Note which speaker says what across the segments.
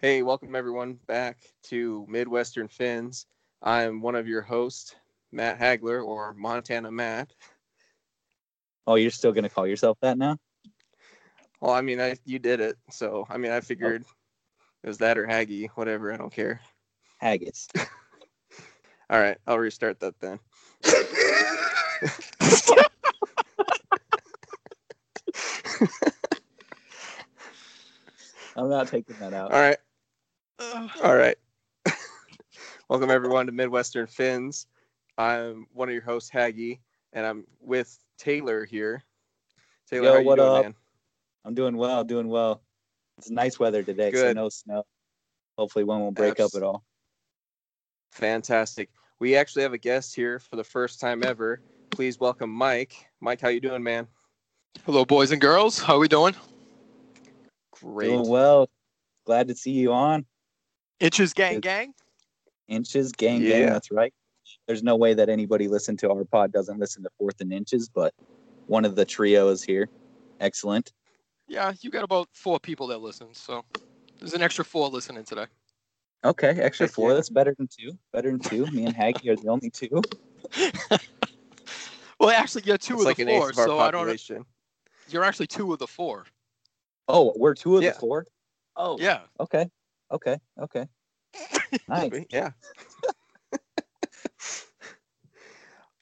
Speaker 1: Hey, welcome everyone back to Midwestern Fins. I'm one of your hosts, Matt Hagler, or Montana Matt.
Speaker 2: Oh, you're still gonna call yourself that now?
Speaker 1: Well, I mean, I you did it, so I mean, I figured it was that or Haggy, whatever. I don't care.
Speaker 2: Haggis.
Speaker 1: All right, I'll restart that then.
Speaker 2: I'm not taking that
Speaker 1: All
Speaker 2: out.
Speaker 1: right, all right. welcome everyone to Midwestern Fins. I'm one of your hosts, Haggy, and I'm with Taylor here. Taylor,
Speaker 2: Yo,
Speaker 1: how you
Speaker 2: what
Speaker 1: doing,
Speaker 2: up?
Speaker 1: man?
Speaker 2: I'm doing well, doing well. It's nice weather today, so
Speaker 1: Good.
Speaker 2: no snow. Hopefully one won't break
Speaker 1: Abs-
Speaker 2: up at all.
Speaker 1: Fantastic. We actually have a guest here for the first time ever. Please welcome Mike. Mike, how you doing, man?
Speaker 3: Hello, boys and girls. How we doing?
Speaker 1: Great.
Speaker 2: Doing well. Glad to see you on.
Speaker 3: Itches gang
Speaker 2: Good.
Speaker 3: gang.
Speaker 2: Inches, gang gang,
Speaker 1: Yeah.
Speaker 2: that's right. There's no way that anybody listened to our pod doesn't listen to fourth and inches, but one of the trio is here. Excellent.
Speaker 3: Yeah, you got about four people that listen, so there's an extra four listening today.
Speaker 2: Okay, extra
Speaker 1: Heck
Speaker 2: four.
Speaker 1: yeah.
Speaker 2: That's better than two. Better than two. Me and Haggy are the only two.
Speaker 3: Well, actually, you're two
Speaker 1: it's
Speaker 3: of
Speaker 1: like
Speaker 3: the
Speaker 1: an
Speaker 3: four,
Speaker 1: eighth of our
Speaker 3: so I don't.
Speaker 1: population.
Speaker 3: You're actually two of the four.
Speaker 2: Oh, we're two of
Speaker 1: Yeah.
Speaker 2: the four? Oh,
Speaker 3: Yeah.
Speaker 2: Okay. Okay. Okay. nice.
Speaker 1: Yeah.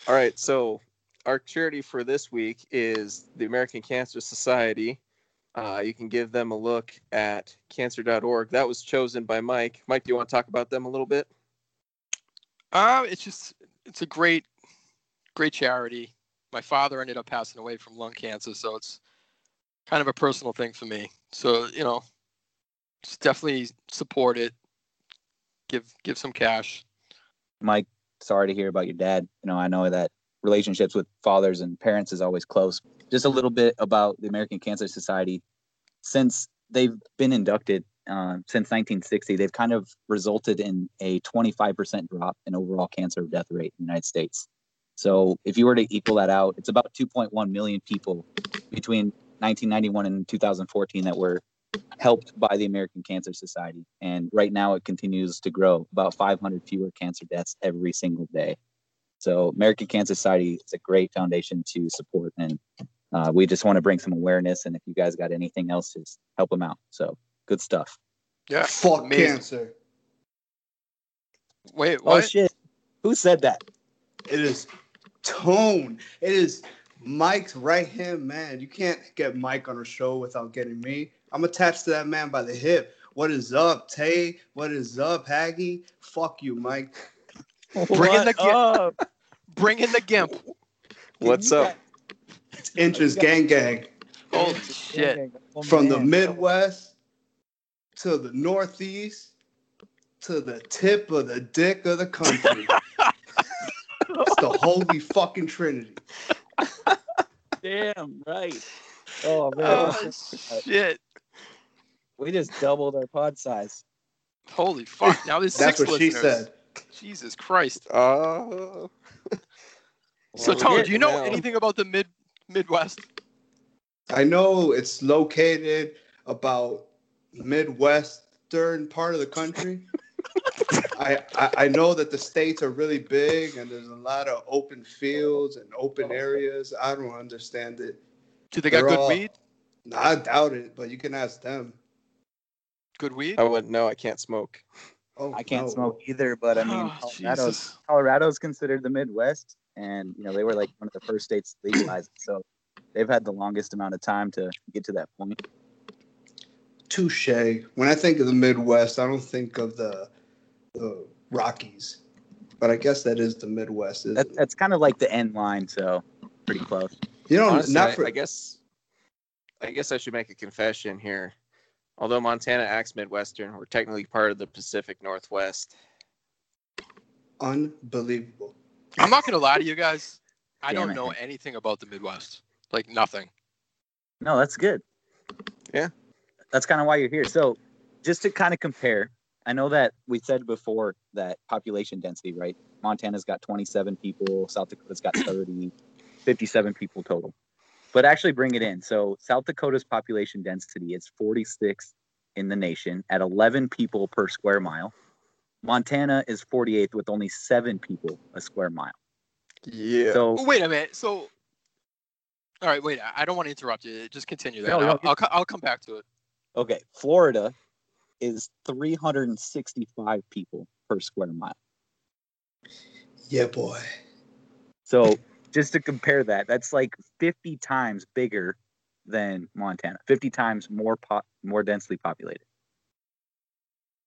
Speaker 1: All right. So our charity for this week is the American Cancer Society. Uh, you can give them a look at cancer.org. That was chosen by Mike. Mike, do you want to talk about them a little bit?
Speaker 3: Uh, it's just it's a great, great charity. My father ended up passing away from lung cancer, so it's kind of a personal thing for me. So you know, just definitely support it. Give give some cash.
Speaker 2: Mike, sorry to hear about your dad. You know, I know that relationships with fathers and parents is always close. Just a little bit about the American Cancer Society. Since they've been inducted uh, since 1960, they've kind of resulted in a 25% drop in overall cancer death rate in the United States. So if you were to equal that out, it's about 2.1 million people between 1991 and 2014 that were helped by the American Cancer Society. And right now it continues to grow about 500 fewer cancer deaths every single day. So, American Cancer Society is a great foundation to support. And uh, we just want to bring some awareness. And if you guys got anything else, just help them out. So, good stuff.
Speaker 3: Yeah.
Speaker 4: Fuck
Speaker 3: amazing.
Speaker 4: cancer.
Speaker 3: Wait.
Speaker 2: Oh,
Speaker 3: What?
Speaker 2: shit. Who said that?
Speaker 4: It is tone. It is Mike's right hand man. You can't get Mike on a show without getting me. I'm attached to that man by the hip. What is up, Tay? What is up, Haggy? Fuck you, Mike.
Speaker 3: Bring in the
Speaker 2: What up?
Speaker 3: Bring in the gimp.
Speaker 1: What's up?
Speaker 4: It's inches gang gang.
Speaker 3: Holy shit.
Speaker 2: Oh,
Speaker 4: From the
Speaker 2: man.
Speaker 4: Midwest to the Northeast to the tip of the dick of the country. it's the holy fucking trinity.
Speaker 2: Damn, right. Oh, man.
Speaker 3: Oh shit!
Speaker 2: we just doubled our pod size.
Speaker 3: Holy fuck! Now there's
Speaker 4: That's
Speaker 3: six
Speaker 4: what she
Speaker 3: listeners.
Speaker 4: said.
Speaker 3: Jesus Christ!
Speaker 1: Oh,
Speaker 3: So
Speaker 1: Well,
Speaker 3: Tony,
Speaker 1: we're
Speaker 3: do you know
Speaker 1: getting out.
Speaker 3: anything about the mid Midwest?
Speaker 4: I know it's located about midwestern part of the country. I, I I know that the states are really big and there's a lot of open fields and open areas. I don't understand it.
Speaker 3: Do they got
Speaker 4: They're
Speaker 3: good
Speaker 4: all-
Speaker 3: weed?
Speaker 4: I doubt it, but you can ask them.
Speaker 3: Good weed?
Speaker 1: I wouldn't know. I can't smoke.
Speaker 4: Oh,
Speaker 2: I can't
Speaker 4: no.
Speaker 2: smoke either, but I mean,
Speaker 3: Oh,
Speaker 2: Colorado's,
Speaker 3: Jesus.
Speaker 2: Colorado's considered the Midwest, and you know they were like one of the first states to legalize it, so they've had the longest amount of time to get to that point.
Speaker 4: Touche. When I think of the Midwest, I don't think of the the Rockies, but I guess that is the Midwest. Isn't
Speaker 2: That,
Speaker 4: it?
Speaker 2: that's kind of like the end line, so pretty close.
Speaker 4: You know,
Speaker 1: Honestly,
Speaker 4: Oh, not
Speaker 1: I-
Speaker 4: for
Speaker 1: I guess I guess I should make a confession here. Although Montana acts Midwestern, we're technically part of the Pacific Northwest.
Speaker 4: unbelievable.
Speaker 3: I'm not gonna lie to you guys. I
Speaker 2: Damn
Speaker 3: don't
Speaker 2: it.
Speaker 3: know anything about the Midwest. Like nothing.
Speaker 2: No, that's good.
Speaker 1: Yeah.
Speaker 2: That's kind of why you're here. So, just to kind of compare, I know that we said before that population density, right? Montana's got 27 people, South Dakota's got 30, 57 people total. But actually, bring it in. So, South Dakota's population density is 46 in the nation at 11 people per square mile. Montana is 48th with only seven people a square mile.
Speaker 1: Yeah.
Speaker 2: So
Speaker 3: Oh, Wait a minute. So, all right, wait. I I don't want to interrupt you. Just continue that.
Speaker 2: No, no,
Speaker 3: I'll, I'll, co- I'll come back to it.
Speaker 2: Okay, Florida is 365 people per square mile.
Speaker 4: Yeah, boy.
Speaker 2: So just to compare that, that's like 50 times bigger than Montana. 50 times more po- more densely populated.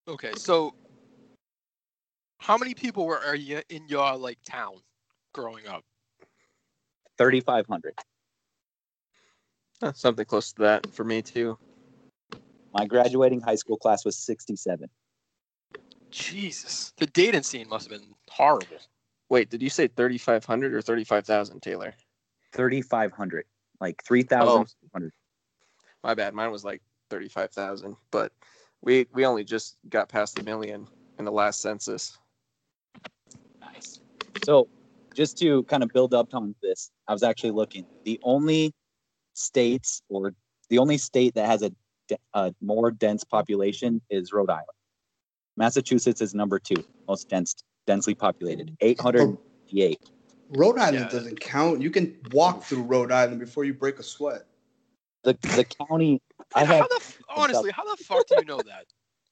Speaker 3: Okay. So, how many people were are you in your like town growing up?
Speaker 2: 3500.
Speaker 1: Huh, Something close to that for me too.
Speaker 2: My graduating high school class was 67.
Speaker 3: Jesus, the dating scene must have been horrible.
Speaker 1: Wait, did you say 3,500 or 35,000, Taylor?
Speaker 2: 3500. Like 3000
Speaker 1: My bad. Mine was like 35,000, but we we only just got past the million in the last census.
Speaker 2: Nice. So, just to kind of build up on this, I was actually looking. The only states or the only state that has a, de- a more dense population is Rhode Island. Massachusetts is number two, most dense, densely populated, 858.
Speaker 4: Rhode Island
Speaker 3: Yeah.
Speaker 4: doesn't count. You can walk through Rhode Island before you break a sweat
Speaker 2: The the county I
Speaker 3: And how
Speaker 2: have
Speaker 3: the f- honestly, how the fuck do you know that?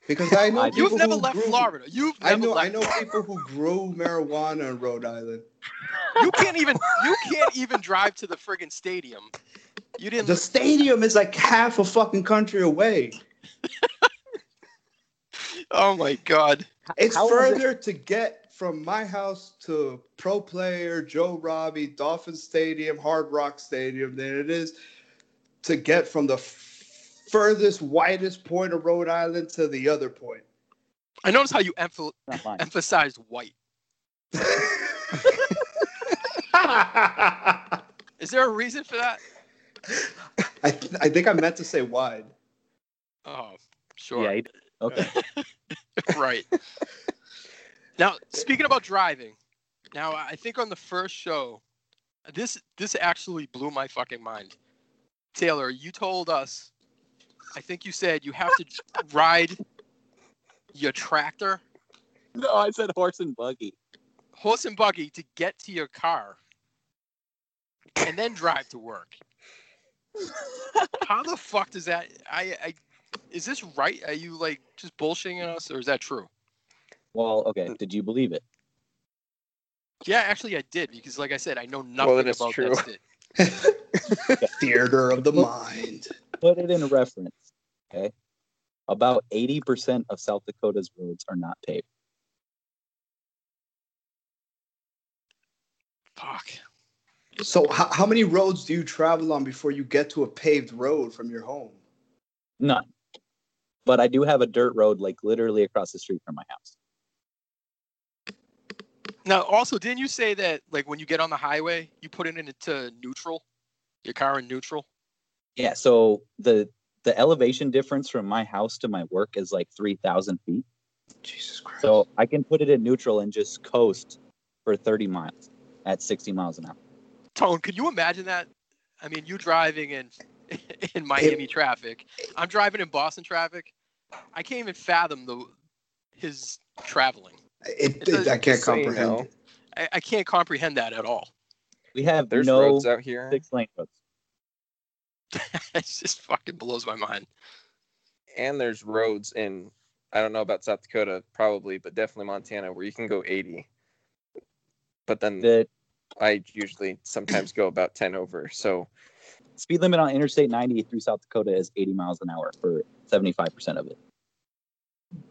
Speaker 4: because I know
Speaker 2: I've
Speaker 4: people
Speaker 3: You've never
Speaker 4: who
Speaker 3: left
Speaker 4: grew-
Speaker 3: Florida. You've never
Speaker 4: I know.
Speaker 3: Left
Speaker 4: I know
Speaker 3: Florida.
Speaker 4: people who grew marijuana in Rhode Island.
Speaker 3: You can't even. You can't even drive to the friggin' stadium. You didn't.
Speaker 4: The stadium is like half a fucking country away.
Speaker 3: oh my god.
Speaker 4: It's
Speaker 2: How is it-
Speaker 4: further to get from my house to pro player Joe Robbie, Dolphin Stadium, Hard Rock Stadium than it is to get from the f- furthest, widest point of Rhode Island to the other point.
Speaker 3: I noticed how you emph-
Speaker 2: not mine.
Speaker 3: emphasized white.
Speaker 4: I,
Speaker 3: Is there a reason for that?
Speaker 4: th- I think I meant to say wide.
Speaker 3: Oh, sure.
Speaker 2: Yeah, eight- okay.
Speaker 3: right. now, speaking about driving, now I think on the first show, this this actually blew my fucking mind. Taylor, you told us, I think you said you have to j- ride your tractor,
Speaker 2: No, I said horse and buggy.
Speaker 3: horse and buggy, to get to your car, and then drive to work. How the fuck does that? I, I is this right? Are you like just bullshitting us, or is that true?
Speaker 2: Well, okay. Did you believe it?
Speaker 3: Yeah, actually, I did because, like I said, I know nothing
Speaker 1: then it's
Speaker 3: about
Speaker 1: true.
Speaker 3: that shit.
Speaker 4: Theater of the mind.
Speaker 2: Put it in a reference. Okay. About 80% of South Dakota's roads are not paved.
Speaker 3: Fuck.
Speaker 4: So, how, how many roads do you travel on before you get to a paved road from your home?
Speaker 2: None. But I do have a dirt road like literally across the street from my house.
Speaker 3: Now, also, didn't you say that like when you get on the highway, you put it into neutral, your car in neutral?
Speaker 2: Yeah, so the the elevation difference from my house to my work is like 3,000 feet.
Speaker 4: Jesus Christ.
Speaker 2: So I can put it in neutral and just coast for 30 miles at 60 miles an hour.
Speaker 3: Tone, could you imagine that? I mean, you driving in in Miami traffic. I'm driving in Boston traffic. I can't even fathom the his traveling.
Speaker 4: It,
Speaker 3: It
Speaker 4: it, I can't
Speaker 1: doesn't say
Speaker 4: comprehend.
Speaker 1: no.
Speaker 4: it.
Speaker 3: I, I can't comprehend that at all.
Speaker 2: We have
Speaker 1: There's
Speaker 2: no
Speaker 1: roads out here.
Speaker 2: six lane roads.
Speaker 3: it just fucking blows my mind.
Speaker 1: and there's roads in I don't know about South Dakota probably, but definitely Montana where you can go 80. But then
Speaker 2: The
Speaker 1: I usually sometimes go about 10 over. So
Speaker 2: speed limit on Interstate 90 through South Dakota is 80 miles an hour for 75% of it.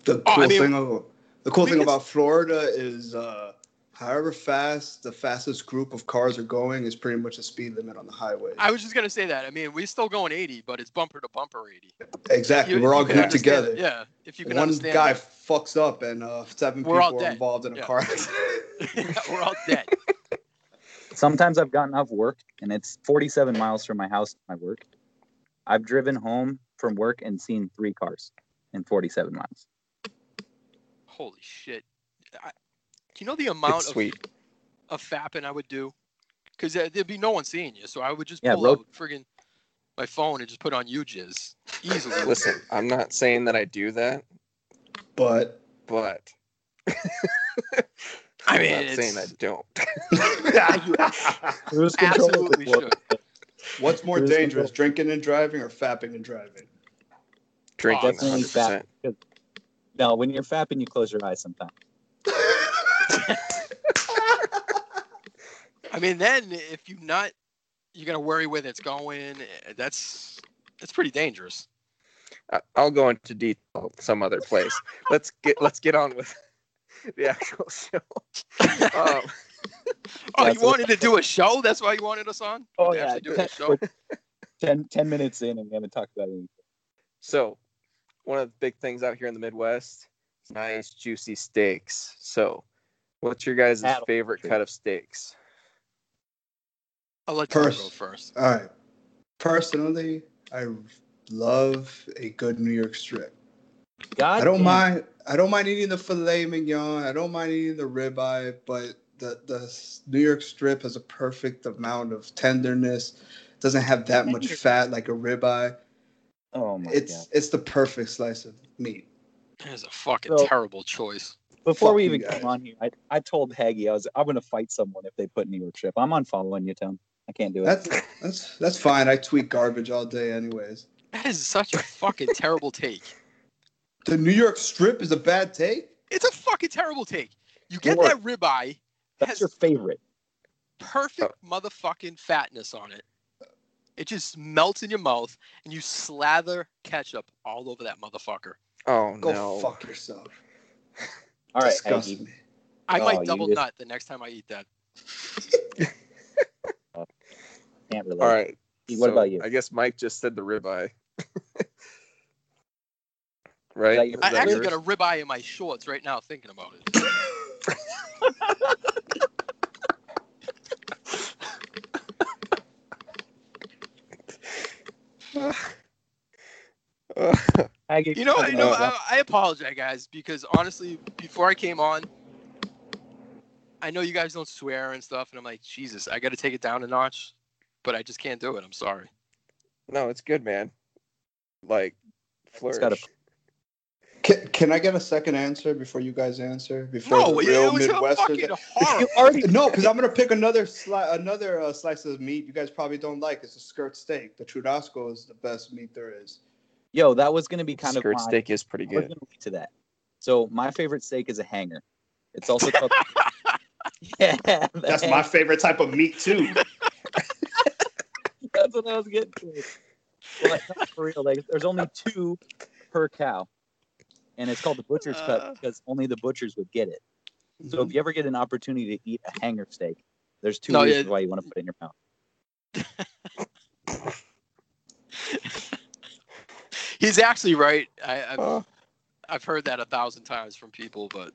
Speaker 4: The cool
Speaker 3: Oh, I mean-
Speaker 4: thing, of- the cool thing
Speaker 3: Because-
Speaker 4: about Florida is, uh, however fast the fastest group of cars are going is pretty much the speed limit on the highway.
Speaker 3: I was just gonna say that. I mean, we're still going 80, but it's bumper to bumper 80.
Speaker 4: exactly,
Speaker 3: You-
Speaker 4: we're all
Speaker 3: you can
Speaker 4: grouped
Speaker 3: understand-
Speaker 4: together.
Speaker 3: Yeah, if you can
Speaker 4: One
Speaker 3: understand.
Speaker 4: guy fucks up, and uh, seven
Speaker 3: We're all
Speaker 4: people are
Speaker 3: dead.
Speaker 4: involved in a
Speaker 3: Yeah.
Speaker 4: car accident.
Speaker 3: that. we're all dead.
Speaker 2: sometimes I've gotten off work and it's 47 miles from my house to my work. I've driven home from work and seen three cars in 47 miles.
Speaker 3: Holy shit! I, do you know the amount
Speaker 1: it's
Speaker 3: of
Speaker 1: sweet.
Speaker 3: of fapping I would do? Because there'd be no one seeing you, so I would just
Speaker 2: Yeah,
Speaker 3: pull
Speaker 2: road-
Speaker 3: out friggin' my phone and just put on you jizz easily.
Speaker 1: Listen, I'm not saying that I do that,
Speaker 4: But
Speaker 1: but
Speaker 3: I
Speaker 1: I'm
Speaker 3: mean,
Speaker 1: not saying I
Speaker 3: it's-
Speaker 1: don't.
Speaker 2: Cruise control is
Speaker 3: absolutely
Speaker 2: what-
Speaker 3: should.
Speaker 4: what's more
Speaker 2: Cruise control.
Speaker 4: dangerous, drinking and driving or fapping and driving?
Speaker 1: Drinking
Speaker 2: Definitely
Speaker 1: 100%.
Speaker 2: No, when you're fapping, you close your eyes sometimes.
Speaker 3: I mean, then if you not, you're gonna worry where it's going. Eh, That's that's pretty dangerous.
Speaker 1: I- I'll go into detail some other place. let's get let's get on with the actual show. Um,
Speaker 3: Oh, you
Speaker 2: That's what-
Speaker 3: wanted to do a show? That's why you wanted us on?
Speaker 1: Oh,
Speaker 2: Oh,
Speaker 3: To actually do a show?
Speaker 2: Ten, 10 minutes in and we haven't talked about anything.
Speaker 1: so, one of the big things out here in the Midwest, is nice juicy steaks. So, what's your guys'
Speaker 2: Cattle.
Speaker 1: favorite cut of steaks?
Speaker 3: I'll let you go
Speaker 4: Purse.
Speaker 3: first.
Speaker 4: All right. Personally, I love a good New York strip.
Speaker 2: God
Speaker 4: I don't
Speaker 2: damn.
Speaker 4: mind. I don't mind eating the filet mignon. I don't mind eating the ribeye, but the the New York strip has a perfect amount of tenderness. Doesn't have that much
Speaker 2: Tender.
Speaker 4: fat like a ribeye.
Speaker 2: Oh my
Speaker 4: it's
Speaker 2: god.
Speaker 4: it's the perfect slice of meat.
Speaker 3: That is a fucking
Speaker 2: So-
Speaker 3: terrible choice.
Speaker 2: Before we
Speaker 4: fuck
Speaker 2: even
Speaker 4: you guys.
Speaker 2: came on here, I, I told Haggy I was I'm gonna fight someone if they put New York Strip. I'm unfollowing you, Tom. I can't do it.
Speaker 4: That's that's that's fine. I tweet garbage all day, anyways.
Speaker 3: That is such a fucking terrible take.
Speaker 4: The New York strip is a bad take.
Speaker 3: It's a fucking terrible take. You get
Speaker 2: Lord.
Speaker 3: that ribeye,
Speaker 2: That's
Speaker 3: has
Speaker 2: your favorite.
Speaker 3: perfect motherfucking fatness on it. It just melts in your mouth, and you slather ketchup all over that motherfucker.
Speaker 1: Oh
Speaker 4: Go
Speaker 1: no.
Speaker 4: fuck yourself.
Speaker 2: All right,
Speaker 4: Disgust
Speaker 2: Haggy.
Speaker 4: me.
Speaker 3: I
Speaker 2: Oh, you
Speaker 3: might double
Speaker 2: just-
Speaker 3: nut the next time I eat that.
Speaker 2: Can't relate.
Speaker 1: All right.
Speaker 2: What
Speaker 1: so,
Speaker 2: about you?
Speaker 1: I guess Mike just said the ribeye. right?
Speaker 2: that your-
Speaker 1: Is
Speaker 3: I
Speaker 1: that
Speaker 3: actually
Speaker 1: yours?
Speaker 3: got a ribeye in my shorts right now thinking about it.
Speaker 2: Haggy,
Speaker 3: You know,
Speaker 2: I
Speaker 3: I
Speaker 2: don't
Speaker 3: know.
Speaker 1: about
Speaker 3: I, I apologize, guys, because honestly, before I came on, I know you guys don't swear and stuff, and I'm like, Jesus, I got to take it down a notch, but I just can't do it. I'm sorry.
Speaker 1: No, it's good, man. Like flourish.
Speaker 2: got a-
Speaker 4: Can, can I get a second answer before you guys answer? Before
Speaker 3: No,
Speaker 4: the
Speaker 3: it,
Speaker 4: real
Speaker 3: it was a
Speaker 4: Midwestern.
Speaker 3: fucking horror.
Speaker 2: You already
Speaker 4: No, because I'm gonna pick another sli- another uh, slice of meat you guys probably don't like. It's a skirt steak. The Trudasco is the best meat there is.
Speaker 2: Yo, that was gonna be kind
Speaker 1: Skirt
Speaker 2: of my
Speaker 1: steak is pretty
Speaker 2: I was
Speaker 1: good.
Speaker 2: gonna lead to that. So my favorite steak is a hanger. It's also called. yeah, the
Speaker 4: That's my
Speaker 2: hanger.
Speaker 4: favorite type of meat too.
Speaker 2: That's what I was getting to. Well, like, not for real, like there's only two per cow, and it's called the butcher's
Speaker 3: Uh.
Speaker 2: cut because only the butchers would get it. So if you ever get an opportunity to eat a hanger steak, there's two
Speaker 3: No,
Speaker 2: reasons
Speaker 3: it-
Speaker 2: why you want to put it in your mouth.
Speaker 3: He's actually right. I, I've,
Speaker 1: Uh,
Speaker 3: I've heard that a thousand times from people, but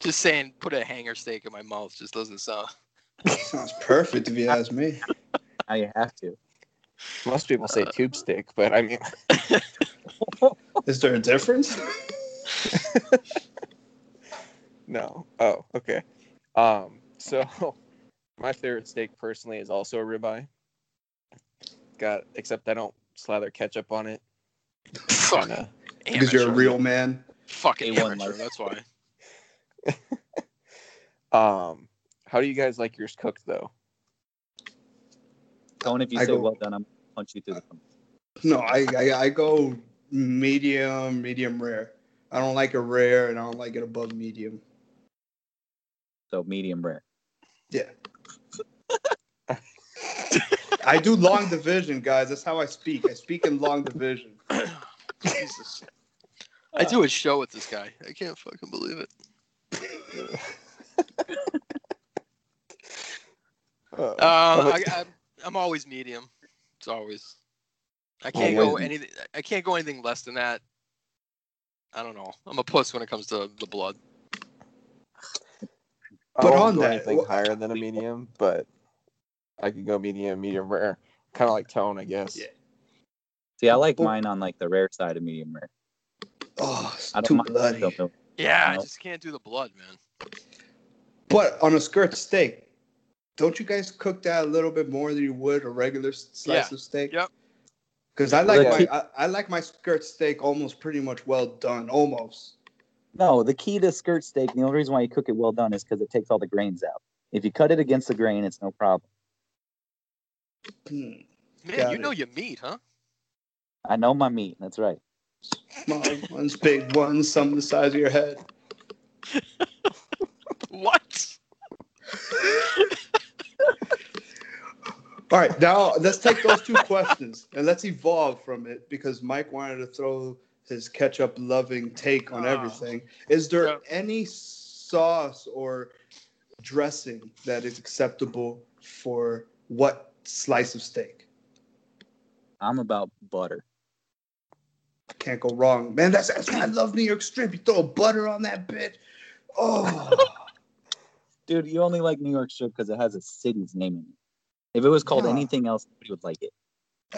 Speaker 3: just saying, put a hanger steak in my mouth just doesn't sound.
Speaker 4: Sounds perfect if you ask me.
Speaker 2: Now you have to.
Speaker 1: most people
Speaker 3: uh,
Speaker 1: say tube steak, but I mean
Speaker 4: Is there a difference?
Speaker 1: no. Oh, okay. Um, so my favorite steak personally is also a ribeye. Got except I don't slather ketchup on it.
Speaker 3: Fuck,
Speaker 1: And, uh,
Speaker 4: Because you're a
Speaker 3: amateur.
Speaker 4: real man.
Speaker 3: fucking
Speaker 2: A1
Speaker 3: amateur.
Speaker 2: life.
Speaker 3: That's why.
Speaker 1: um, how do you guys like yours cooked though?
Speaker 2: Tone, if you
Speaker 4: I
Speaker 2: say
Speaker 4: go-
Speaker 2: well done, I'm gonna punch you through the phone.
Speaker 4: No, I, I I go medium, medium rare. I don't like it rare, and I don't like it above medium.
Speaker 2: So medium rare.
Speaker 4: Yeah. I do long division, guys. That's how I speak. I speak in long division.
Speaker 3: Jesus. I do a show with this guy. I can't fucking believe it.
Speaker 1: Uh,
Speaker 3: Um, I,
Speaker 1: about-
Speaker 3: I'm, I'm always medium. It's always. I can't go
Speaker 1: Always.
Speaker 3: anything. I can't go anything less than that. I don't know. I'm a puss when it comes to the blood.
Speaker 1: I
Speaker 4: But
Speaker 1: won't
Speaker 4: on
Speaker 1: go
Speaker 4: that,
Speaker 1: anything
Speaker 4: well-
Speaker 1: higher than a medium, but I could go medium, medium rare, kind of like tone, I guess.
Speaker 4: Yeah.
Speaker 2: See, I like
Speaker 4: Oh.
Speaker 2: mine on like the rare side of medium rare.
Speaker 4: Oh, it's
Speaker 2: I don't
Speaker 4: too
Speaker 2: mind.
Speaker 4: bloody.
Speaker 2: Don't know.
Speaker 3: Yeah, I
Speaker 2: Nope.
Speaker 3: just can't do the blood, man.
Speaker 4: But on a skirt steak, don't you guys cook that a little bit more than you would a regular s- slice
Speaker 3: Yeah.
Speaker 4: of steak?
Speaker 3: Yep.
Speaker 4: Because I like
Speaker 2: Look,
Speaker 4: my I, I like my skirt steak almost pretty much well done, almost.
Speaker 2: No, the key to skirt steak, the only reason why you cook it well done is because it takes all the grains out. If you cut it against the grain, it's no problem.
Speaker 4: Hmm.
Speaker 3: Man,
Speaker 4: Got
Speaker 3: you
Speaker 4: it.
Speaker 3: know your meat, huh?
Speaker 2: I know my meat. That's right.
Speaker 4: Small ones, big ones, some the size of your head.
Speaker 3: What?
Speaker 4: All right, now let's take those two questions and let's evolve from it because Mike wanted to throw his ketchup loving take on
Speaker 3: Ah.
Speaker 4: everything. Is there
Speaker 3: Yeah.
Speaker 4: any sauce or dressing that is acceptable for what slice of steak?
Speaker 2: I'm about butter.
Speaker 4: Can't go wrong, man. That's, that's why I love New York strip. You throw butter on that bitch. Oh,
Speaker 2: Dude, you only like New York strip because it has a city's name in it. If it was called
Speaker 4: Nah.
Speaker 2: anything else, nobody would like it.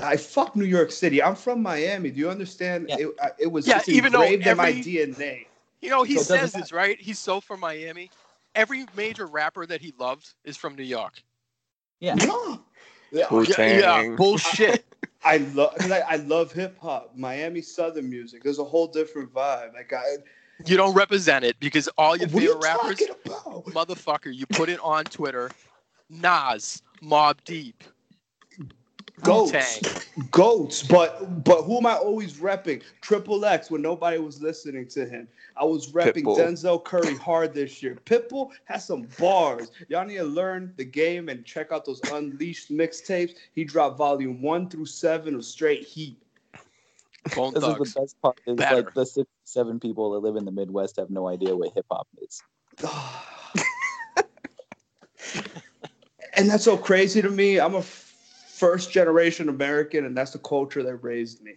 Speaker 4: I fuck New York City. I'm from Miami. Do you understand?
Speaker 2: Yeah.
Speaker 4: It, I- it was
Speaker 3: Yeah,
Speaker 4: it's
Speaker 3: even though
Speaker 4: engraved in my
Speaker 3: every-
Speaker 4: DNA.
Speaker 3: You know, he
Speaker 2: So it doesn't
Speaker 3: says this, right? He's so from Miami. Every major rapper that he loved is from New York.
Speaker 2: Yeah.
Speaker 4: No. Yeah.
Speaker 1: Wu
Speaker 3: Yeah, yeah,
Speaker 1: Tang.
Speaker 3: bullshit.
Speaker 4: I love I, I love hip hop, Miami Southern music. There's a whole different vibe. Like I,
Speaker 3: you don't represent it because all your
Speaker 4: what are you
Speaker 3: favorite rappers,
Speaker 4: talking about?
Speaker 3: motherfucker, you put it on Twitter. Nas, Mob Deep, Wu Tang.
Speaker 4: Goats, goats. But but who am I always repping? Triple X when nobody was listening to him. I was repping
Speaker 1: Pitbull.
Speaker 4: Denzel Curry hard this year. Pitbull has some bars. Y'all need to learn the game and check out those Unleashed mixtapes. He dropped volume one through seven of straight heat.
Speaker 3: Bone
Speaker 2: This
Speaker 3: Thugs.
Speaker 2: is the best part. Is
Speaker 3: Batter.
Speaker 2: like the six, seven people that live in the Midwest have no idea what hip hop is.
Speaker 4: and that's so crazy to me. I'm a first generation American, and that's the culture that raised me.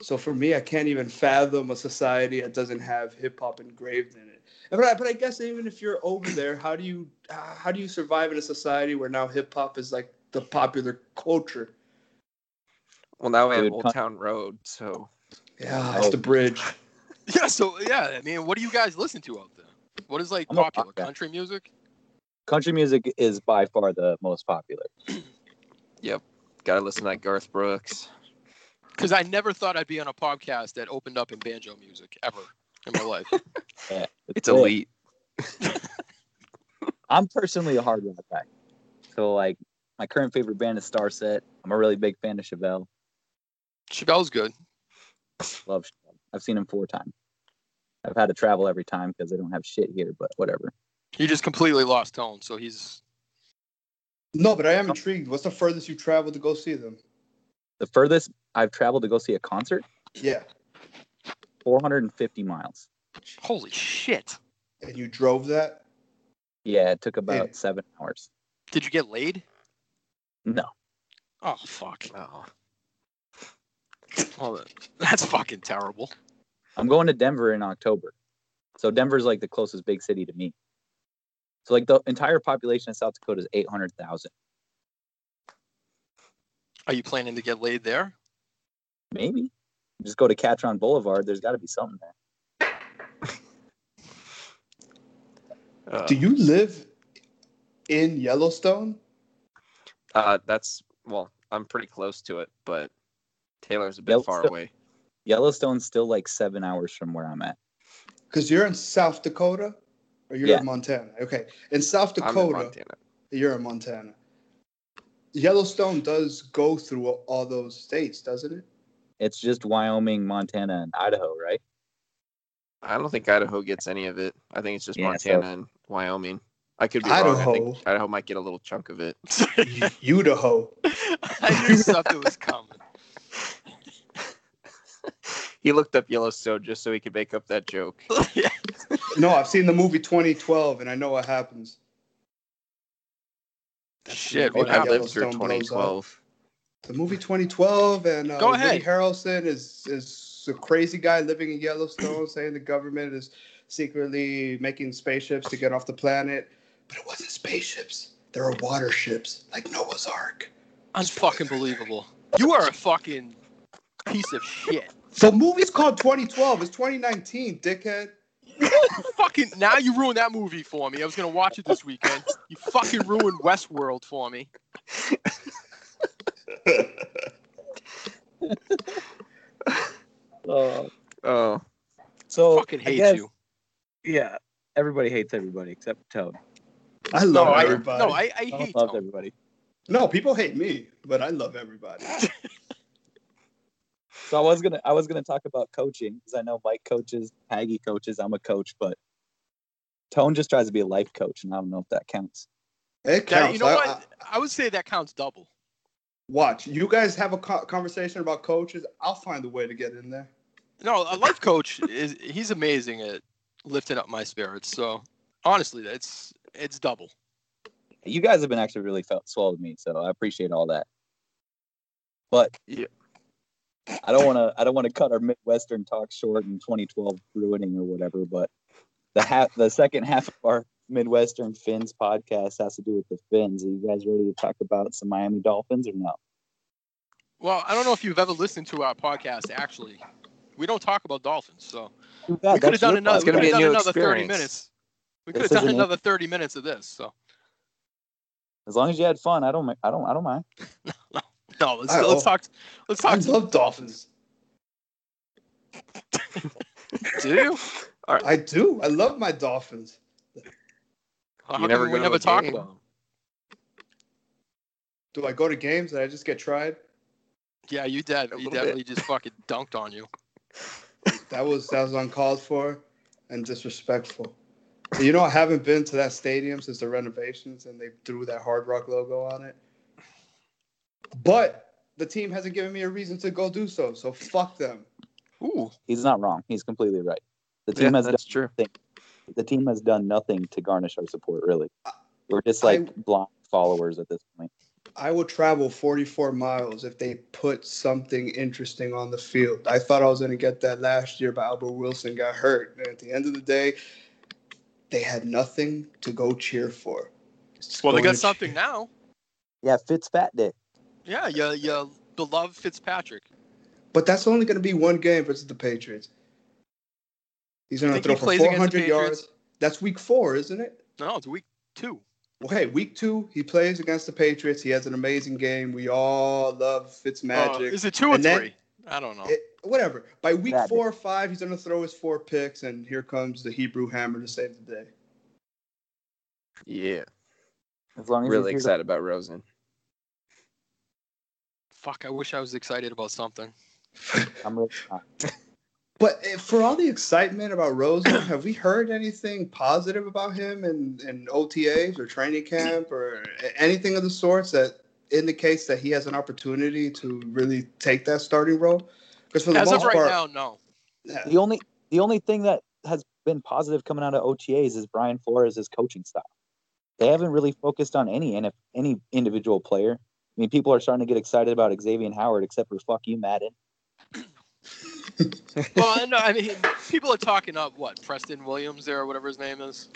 Speaker 4: So for me, I can't even fathom a society that doesn't have hip hop engraved in it. But I, but I guess even if you're over there, how do you how do you survive in a society where now hip hop is like the popular culture?
Speaker 1: Well, now we have
Speaker 2: Dude,
Speaker 1: Old
Speaker 2: con-
Speaker 1: Town Road, so
Speaker 4: Yeah, it's the bridge.
Speaker 3: Yeah, so yeah, I mean, what do you guys listen to out there? What is like
Speaker 2: I'm a
Speaker 3: popular
Speaker 2: rock guy.
Speaker 3: country music?
Speaker 2: Country music is by far the most popular.
Speaker 1: gotta listen to that Garth Brooks.
Speaker 3: Because I never thought I'd be on a podcast that opened up in banjo music ever in my life.
Speaker 1: It's
Speaker 2: lit.
Speaker 1: elite.
Speaker 2: I'm personally a hard rock guy. So like my current favorite band is Starset. I'm a really big fan of Chevelle.
Speaker 3: Chappelle's good.
Speaker 2: Love Chevelle. I've seen him four times. I've had to travel every time because they don't have shit here, but whatever.
Speaker 3: He just completely lost tone, so he's
Speaker 4: No, but I am intrigued. What's the furthest you traveled to go see them?
Speaker 2: The furthest I've traveled to go see a concert,
Speaker 4: Yeah,
Speaker 2: 450 miles.
Speaker 3: holy shit.
Speaker 4: and you drove that.
Speaker 2: Yeah, it took about
Speaker 4: Yeah.
Speaker 2: seven hours.
Speaker 3: Did you get laid?
Speaker 2: No.
Speaker 3: Oh fuck.
Speaker 1: Oh,
Speaker 3: Well, that- that's fucking terrible.
Speaker 2: I'm going to Denver in October. So Denver's like the closest big city to me. So like the entire population of South Dakota is 800,000.
Speaker 3: Are you planning to get laid there?
Speaker 2: Maybe. Just go to Catron Boulevard. There's got to be something there.
Speaker 1: uh,
Speaker 4: Do you live in Yellowstone?
Speaker 1: uh, that's well, I'm pretty close to it, but Taylor's a bit
Speaker 2: Yep,
Speaker 1: far
Speaker 2: so-
Speaker 1: away.
Speaker 2: Yellowstone's still like seven hours from where I'm at.
Speaker 4: Because you're in South Dakota or you're
Speaker 2: Yeah.
Speaker 4: in Montana. Okay. In South
Speaker 1: I'm in
Speaker 4: Dakota,
Speaker 1: Montana.
Speaker 4: you're in Montana. Yellowstone does go through a- all those states, doesn't it?
Speaker 2: It's just Wyoming, Montana, and Idaho, right?
Speaker 1: I don't think Idaho gets any of it. I think it's just
Speaker 2: Yeah,
Speaker 1: Montana and Wyoming. I could be wrong. I think Idaho might get a little chunk of it.
Speaker 4: U- Idaho.
Speaker 3: I knew something was coming.
Speaker 1: He looked up Yellowstone just so he could make up that joke.
Speaker 3: yeah.
Speaker 4: No, I've seen the movie 2012 and I know what happens.
Speaker 3: Shit,
Speaker 4: Maybe
Speaker 3: what
Speaker 1: I
Speaker 4: I'll
Speaker 3: happened?
Speaker 1: lived through
Speaker 4: Yellowstone blows up.
Speaker 1: 2012.
Speaker 4: The movie 2012 and uh,
Speaker 3: Go ahead.
Speaker 4: Woody Harrelson is is a crazy guy living in Yellowstone saying the government is secretly making spaceships to get off the planet. But it wasn't spaceships. There are water ships like Noah's Ark.
Speaker 3: Unfucking believable. You are a fucking piece of shit.
Speaker 4: The movie's called 2012. It's 2019, dickhead.
Speaker 3: fucking now you ruined that movie for me. I was gonna watch it this weekend. You fucking ruined Westworld for me.
Speaker 2: Uh,
Speaker 1: Oh,
Speaker 2: so
Speaker 3: Fucking
Speaker 2: I
Speaker 3: hate
Speaker 2: guess-
Speaker 3: you.
Speaker 2: Yeah, everybody hates everybody except Toad.
Speaker 4: I
Speaker 3: No,
Speaker 4: love
Speaker 3: I
Speaker 4: everybody.
Speaker 3: no, I, I
Speaker 2: Toad
Speaker 3: hate
Speaker 2: loves
Speaker 3: Tony.
Speaker 2: everybody.
Speaker 4: No, people hate me, but I love everybody.
Speaker 2: So I was gonna I was gonna talk about coaching because I know Mike coaches, Paggy coaches. I'm a coach, but Tone just tries to be a life coach, and I don't know if that counts.
Speaker 4: It counts.
Speaker 3: That, you know
Speaker 4: I-
Speaker 3: what?
Speaker 4: I-
Speaker 3: I would say that counts double.
Speaker 4: watch, you guys have a co- conversation about coaches. I'll find a way to get in there.
Speaker 3: No, a life coach is he's amazing at lifting up my spirits. So honestly, it's it's double.
Speaker 2: You guys have been actually really felt swell to me, so I appreciate all that. But
Speaker 1: Yeah.
Speaker 2: I don't want to I don't want to cut our Midwestern talk short in 2012 ruining or whatever. But the half the second half of our Midwestern Fins podcast has to do with the Fins. Are you guys ready to talk about some Miami Dolphins or no?
Speaker 3: Well, I don't know if you've ever listened to our podcast. Actually, we don't talk about dolphins, so
Speaker 2: Yeah,
Speaker 3: we could have
Speaker 2: that's your
Speaker 3: done another.
Speaker 1: It's gonna
Speaker 3: we
Speaker 1: be
Speaker 3: could
Speaker 1: a
Speaker 3: have done
Speaker 1: new
Speaker 3: another thirty
Speaker 1: experience.
Speaker 3: minutes. We could
Speaker 2: This
Speaker 3: have
Speaker 2: is
Speaker 3: done
Speaker 2: a new-
Speaker 3: another thirty minutes of this. So
Speaker 2: As long as you had fun, I don't. mi- I don't. I don't mind.
Speaker 3: no, let's
Speaker 4: I-
Speaker 3: let's
Speaker 4: oh.
Speaker 3: talk. Let's
Speaker 4: I
Speaker 3: talk. To,
Speaker 4: love dolphins.
Speaker 3: do you?
Speaker 4: I do. I love my dolphins.
Speaker 3: How
Speaker 1: You
Speaker 3: come
Speaker 1: never go
Speaker 3: we
Speaker 1: to
Speaker 3: never
Speaker 1: a
Speaker 3: talk
Speaker 1: game.
Speaker 3: about them?
Speaker 4: Do I go to games and I just get tried?
Speaker 3: Yeah, you did. You
Speaker 1: little bit.
Speaker 3: definitely just fucking dunked on you.
Speaker 4: That was that was uncalled for and disrespectful. You know, I haven't been to that stadium since the renovations and they threw that Hard Rock logo on it. But the team hasn't given me a reason to go do so, so fuck them.
Speaker 3: Ooh,
Speaker 2: He's not wrong. He's completely right. The
Speaker 1: yeah,
Speaker 2: team has
Speaker 1: that's true.
Speaker 2: done, the team has done nothing to garnish our support. Really, we're just like blind followers at this point.
Speaker 4: I will travel 44 miles if they put something interesting on the field. I thought I was going to get that last year, but Albert Wilson got hurt. And at the end of the day, they had nothing to go cheer for. Just
Speaker 3: well, they
Speaker 4: going
Speaker 3: got
Speaker 4: to
Speaker 3: something
Speaker 4: cheer-
Speaker 3: now.
Speaker 2: Yeah, Fitz Fat Day.
Speaker 3: Yeah, your your beloved Fitzpatrick.
Speaker 4: But that's only going to be one game versus the Patriots. He's going to
Speaker 3: Think he
Speaker 4: throw for
Speaker 3: plays against the
Speaker 4: 400 yards.
Speaker 3: Patriots?
Speaker 4: That's week four, isn't it?
Speaker 3: No, it's week two.
Speaker 4: Well, hey, week two, he plays against the Patriots. He has an amazing game. We all love
Speaker 3: Uh,
Speaker 4: Fitzmagic.
Speaker 3: is it two or
Speaker 4: And then-
Speaker 3: three? I don't know.
Speaker 4: it, whatever. By week
Speaker 2: Rabbit.
Speaker 4: four or five, he's going to throw his four picks, and here comes the Hebrew hammer to save the day.
Speaker 1: Yeah,
Speaker 2: As long as
Speaker 1: really
Speaker 2: he's here
Speaker 1: excited about Rosen.
Speaker 3: Fuck, I wish I was excited about something.
Speaker 2: to- I'm really not.
Speaker 4: But eh, for all the excitement about Rosen, have we heard anything positive about him in, in OTAs or training camp or a- anything of the sorts that indicates that he has an opportunity to really take that starting role? Because for the
Speaker 3: As
Speaker 4: most
Speaker 3: of right
Speaker 4: part,
Speaker 3: now, no.
Speaker 4: yeah,
Speaker 2: The only the only thing that has been positive coming out of OTAs is Brian Flores' coaching style. They haven't really focused on any NF any individual player. I mean, people are starting to get excited about Xavier Howard, except for fuck you, Madden.
Speaker 3: Well, no, I mean, people are talking up what Preston Williams there or whatever his name is,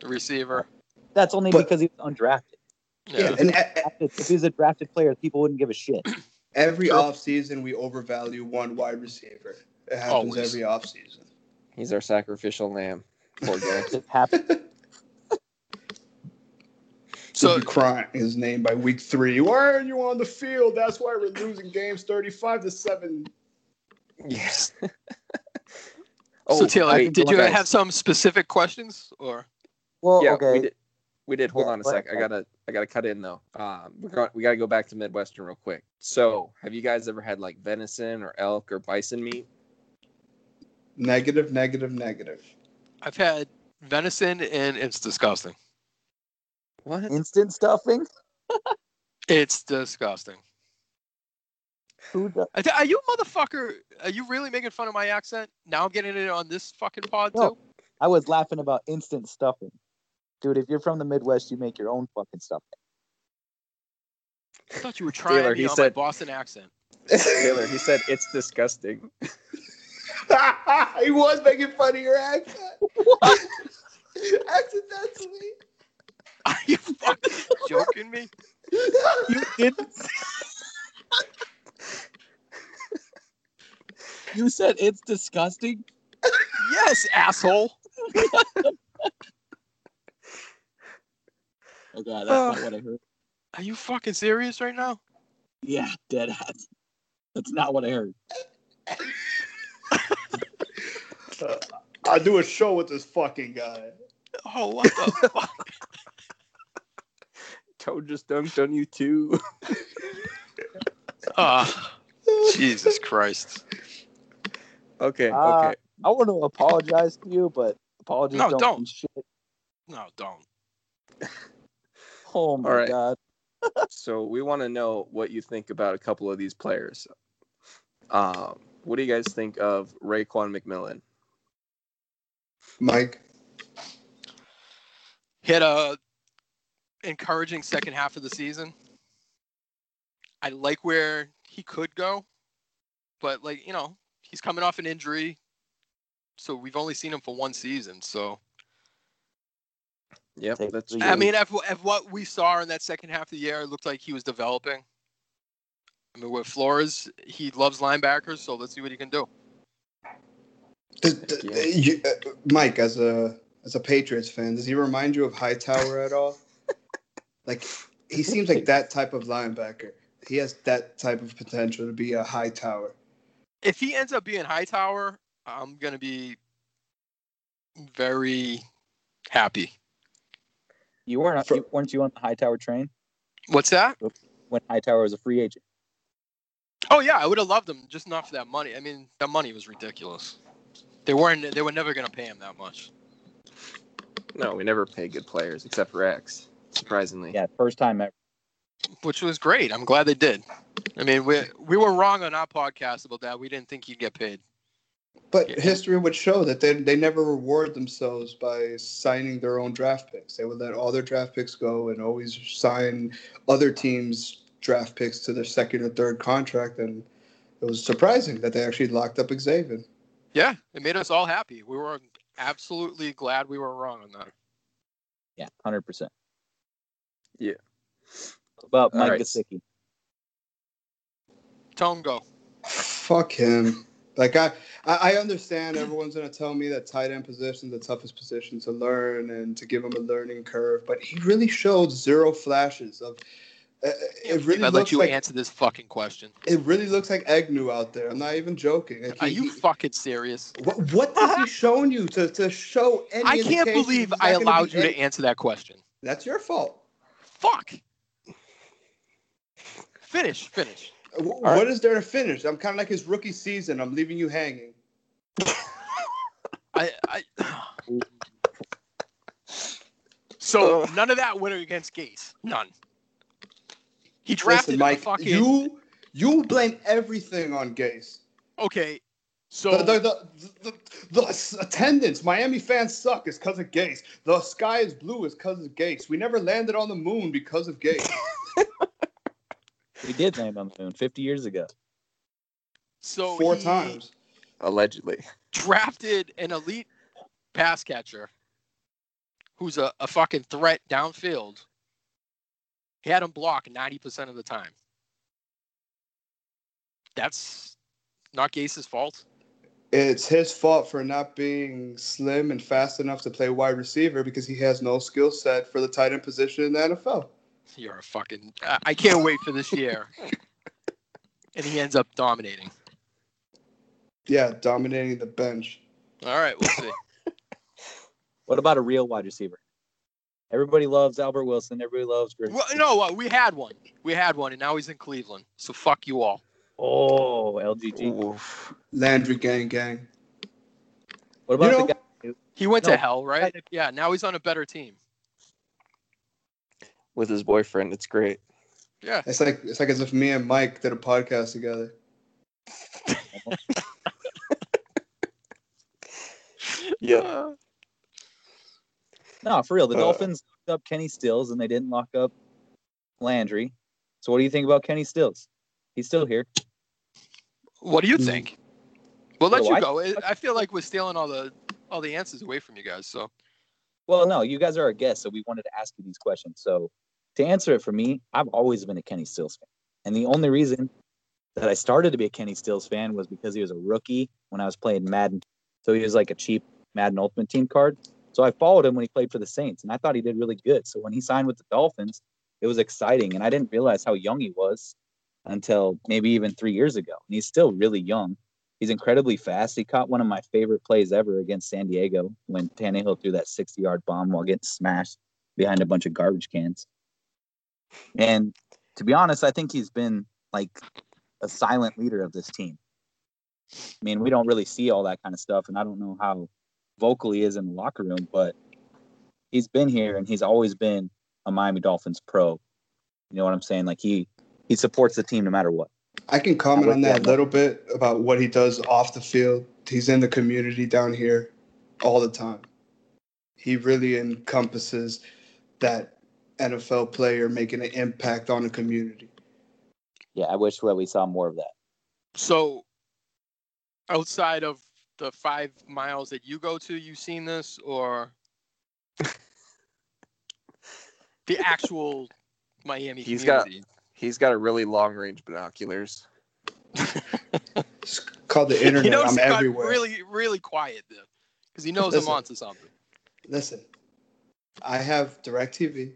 Speaker 3: the receiver.
Speaker 2: That's only
Speaker 4: But-
Speaker 2: because he was undrafted.
Speaker 3: Yeah.
Speaker 4: yeah, and e-
Speaker 2: If he was a drafted player, people wouldn't give a shit.
Speaker 4: every
Speaker 3: Sure.
Speaker 4: offseason we overvalue one wide receiver. It happens
Speaker 3: Always.
Speaker 4: every offseason.
Speaker 1: He's our sacrificial lamb. Poor guy.
Speaker 2: It happened.
Speaker 4: So
Speaker 3: So
Speaker 4: be crying his name by week three. Why are you on the field? That's why we're losing games thirty-five to seven.
Speaker 1: yes.
Speaker 3: so Taylor,
Speaker 1: Oh, wait,
Speaker 3: did you
Speaker 1: guys.
Speaker 3: have some specific questions or?
Speaker 2: Well,
Speaker 1: yeah,
Speaker 2: okay.
Speaker 1: we did. We did. Hold
Speaker 2: Yeah,
Speaker 1: on a
Speaker 2: go ahead,
Speaker 1: sec. I gotta. I gotta cut in though. Um, we're going, we gotta go back to Midwestern real quick. So, have you guys ever had like venison or elk or bison meat?
Speaker 4: Negative, negative, negative.
Speaker 3: I've had venison and it's disgusting.
Speaker 1: What?
Speaker 2: Instant stuffing.
Speaker 3: It's disgusting.
Speaker 2: Who does?
Speaker 3: I th- Are you motherfucker? Are you really making fun of my accent? Now I'm getting it on this fucking pod
Speaker 2: No.
Speaker 3: too.
Speaker 2: I was laughing about instant stuffing, dude. If you're from the Midwest, you make your own fucking stuffing.
Speaker 3: I thought you were trying
Speaker 1: Taylor,
Speaker 3: me
Speaker 1: he
Speaker 3: on
Speaker 1: said-
Speaker 3: my Boston accent.
Speaker 1: Taylor, he said it's disgusting.
Speaker 4: he was making fun of your accent.
Speaker 2: What?
Speaker 4: Accidentally.
Speaker 3: Are you fucking joking me?
Speaker 2: You didn't. you said it's disgusting.
Speaker 3: Yes, asshole.
Speaker 2: Oh god, that's
Speaker 3: Oh.
Speaker 2: not what I heard.
Speaker 3: Are you fucking serious right now?
Speaker 2: Yeah, dead ass. That's not what I heard.
Speaker 4: I do a show with this fucking guy.
Speaker 3: Oh, what the fuck?
Speaker 1: Toad just dunked on you too.
Speaker 3: Ah, Jesus Christ.
Speaker 1: okay,
Speaker 2: Ah.
Speaker 1: okay.
Speaker 2: I want to apologize to you, but apologies
Speaker 3: No,
Speaker 2: don't,
Speaker 3: don't.
Speaker 2: mean shit.
Speaker 3: No, don't.
Speaker 2: Oh my
Speaker 1: All right.
Speaker 2: god.
Speaker 1: so we want to know what you think about a couple of these players. Um, what do you guys think of Raquan McMillan?
Speaker 4: Mike,
Speaker 3: He had a encouraging second half of the season. I like where he could go, but like you know, he's coming off an injury, so we've only seen him for one season. So
Speaker 1: Yep,
Speaker 2: Take
Speaker 1: that's
Speaker 2: three.
Speaker 1: true.
Speaker 3: I mean, of, of what we saw in that second half of the year, it looked like he was developing. I mean, with Flores, he loves linebackers, so let's see what he can do.
Speaker 4: th- th-
Speaker 1: Yeah.
Speaker 4: you, uh, Mike, as a as a Patriots fan, does he remind you of Hightower at all? like, he seems like that type of linebacker. He has that type of potential to be a Hightower.
Speaker 3: If he ends up being Hightower, I'm gonna be very happy.
Speaker 2: You weren't
Speaker 4: For-
Speaker 2: you, weren't you on the Hightower train
Speaker 3: What's that?
Speaker 2: when Hightower was a free agent?
Speaker 3: Oh yeah, I would have loved him, just not for that money. I mean, that money was ridiculous. They weren't. They were never going to pay him that much.
Speaker 1: no, we never pay good players except for X, surprisingly.
Speaker 2: Yeah, first time ever.
Speaker 3: Which was great. I'm glad they did. I mean, we we were wrong on our podcast about that. We didn't think he'd get paid.
Speaker 4: But
Speaker 3: Yeah.
Speaker 4: history would show that they, they never reward themselves by signing their own draft picks. They would let all their draft picks go and always sign other teams' draft picks to their second or third contract. And it was surprising that they actually locked up Xavier.
Speaker 3: Yeah, it made us all happy. We were absolutely glad we were wrong on that.
Speaker 2: Yeah, hundred percent.
Speaker 1: Yeah.
Speaker 2: About
Speaker 1: All
Speaker 2: Mike
Speaker 1: right.
Speaker 2: Gesicki.
Speaker 3: Tell him go.
Speaker 4: Fuck him. Like I, I I understand everyone's gonna tell me that tight end position the toughest position to learn and to give him a learning curve, but he really showed zero flashes of. Uh, it really
Speaker 3: I'd let
Speaker 4: looks
Speaker 3: you
Speaker 4: like
Speaker 3: answer this fucking question.
Speaker 4: it really looks like Agnew out there. I'm not even joking. Like,
Speaker 3: Are
Speaker 4: he-
Speaker 3: you
Speaker 4: he-
Speaker 3: fucking serious?
Speaker 4: What, what has he shown you to, to show any?
Speaker 3: I can't
Speaker 4: indication
Speaker 3: believe
Speaker 4: he's not
Speaker 3: I
Speaker 4: gonna
Speaker 3: allowed
Speaker 4: be
Speaker 3: you to
Speaker 4: any-
Speaker 3: answer that question.
Speaker 4: That's your fault.
Speaker 3: Fuck. Finish. Finish.
Speaker 4: Wh- What is
Speaker 1: right.
Speaker 4: there to finish? I'm kind of like his rookie season. I'm leaving you hanging.
Speaker 3: I, I so none of that winner against Gates. None. He drafted
Speaker 4: Listen,
Speaker 3: a
Speaker 4: Mike,
Speaker 3: fucking
Speaker 4: you you blame everything on Gase.
Speaker 3: okay. So
Speaker 4: The, the, the, the, the, the attendance, Miami fans suck is because of Gase. The sky is blue is because of Gase. We never landed on the moon because of Gase.
Speaker 2: We did land on the moon 50 years ago.
Speaker 3: so
Speaker 4: Four
Speaker 3: he
Speaker 4: times.
Speaker 1: Allegedly.
Speaker 3: drafted an elite pass catcher who's a, a fucking threat downfield. He had him block ninety percent of the time. That's not Gase's fault.
Speaker 4: it's his fault for not being slim and fast enough to play wide receiver because he has no skill set for the tight end position in the NFL.
Speaker 3: You're a fucking. I- I can't wait for this year. and he ends up dominating.
Speaker 4: Yeah, dominating the bench.
Speaker 3: All right, we'll see.
Speaker 2: What about a real wide receiver? Everybody loves Albert Wilson. Everybody loves Griffin.
Speaker 3: well, no, uh, we had one. We had one, and now he's in Cleveland. So fuck you all.
Speaker 2: Oh, LGG.
Speaker 1: Oof.
Speaker 4: Landry gang gang.
Speaker 2: What
Speaker 4: You
Speaker 2: about
Speaker 4: know,
Speaker 2: the guy?
Speaker 3: He went
Speaker 2: No.
Speaker 3: to hell, right? Yeah. Now he's on a better team.
Speaker 1: With his boyfriend, it's great.
Speaker 3: Yeah.
Speaker 4: it's like it's like as if me and Mike did a podcast together.
Speaker 1: Yeah.
Speaker 3: Uh,
Speaker 2: No, for real. The
Speaker 4: Uh,
Speaker 2: Dolphins locked up Kenny Stills and they didn't lock up Landry. So what do you think about Kenny Stills? He's still here.
Speaker 3: what do you
Speaker 4: Mm.
Speaker 3: think? We'll
Speaker 2: What
Speaker 3: let
Speaker 4: Oh,
Speaker 2: do
Speaker 3: you
Speaker 2: I
Speaker 3: go. I- I feel like we're stealing all the all the answers away from you guys. So
Speaker 2: Well, no, you guys are our guests, so we wanted to ask you these questions. So to answer it for me, I've always been a Kenny Stills fan. And the only reason that I started to be a Kenny Stills fan was because he was a rookie when I was playing Madden. So he was like a cheap Madden Ultimate Team card. So I followed him when he played for the Saints, and I thought he did really good. So when he signed with the Dolphins, it was exciting, and I didn't realize how young he was. until maybe even three years ago. And he's still really young. He's incredibly fast. He caught one of my favorite plays ever against San Diego when Tannehill threw that 60 yard bomb while getting smashed behind a bunch of garbage cans. And to be honest, I think he's been like a silent leader of this team. I mean, we don't really see all that kind of stuff, and I don't know how vocal he is in the locker room, but he's been here and he's always been a Miami Dolphins pro. You know what I'm saying? Like he he supports the team no matter what.
Speaker 4: I can comment
Speaker 2: I like
Speaker 4: on that
Speaker 2: that.
Speaker 4: a little bit about what he does off the field. He's in the community down here all the time. He really encompasses that NFL player making an impact on the community.
Speaker 2: Yeah, I wish that we saw more of that.
Speaker 3: So, outside of the five miles that you go to, you've seen this, or the actual Miami
Speaker 1: He's got-
Speaker 3: community?
Speaker 1: He's got a really long range binoculars.
Speaker 4: It's called the internet.
Speaker 3: he knows
Speaker 4: I'm
Speaker 3: he got
Speaker 4: everywhere.
Speaker 3: really, really quiet there because he knows
Speaker 4: Listen.
Speaker 3: I'm onto something.
Speaker 4: Listen, I have DirecTV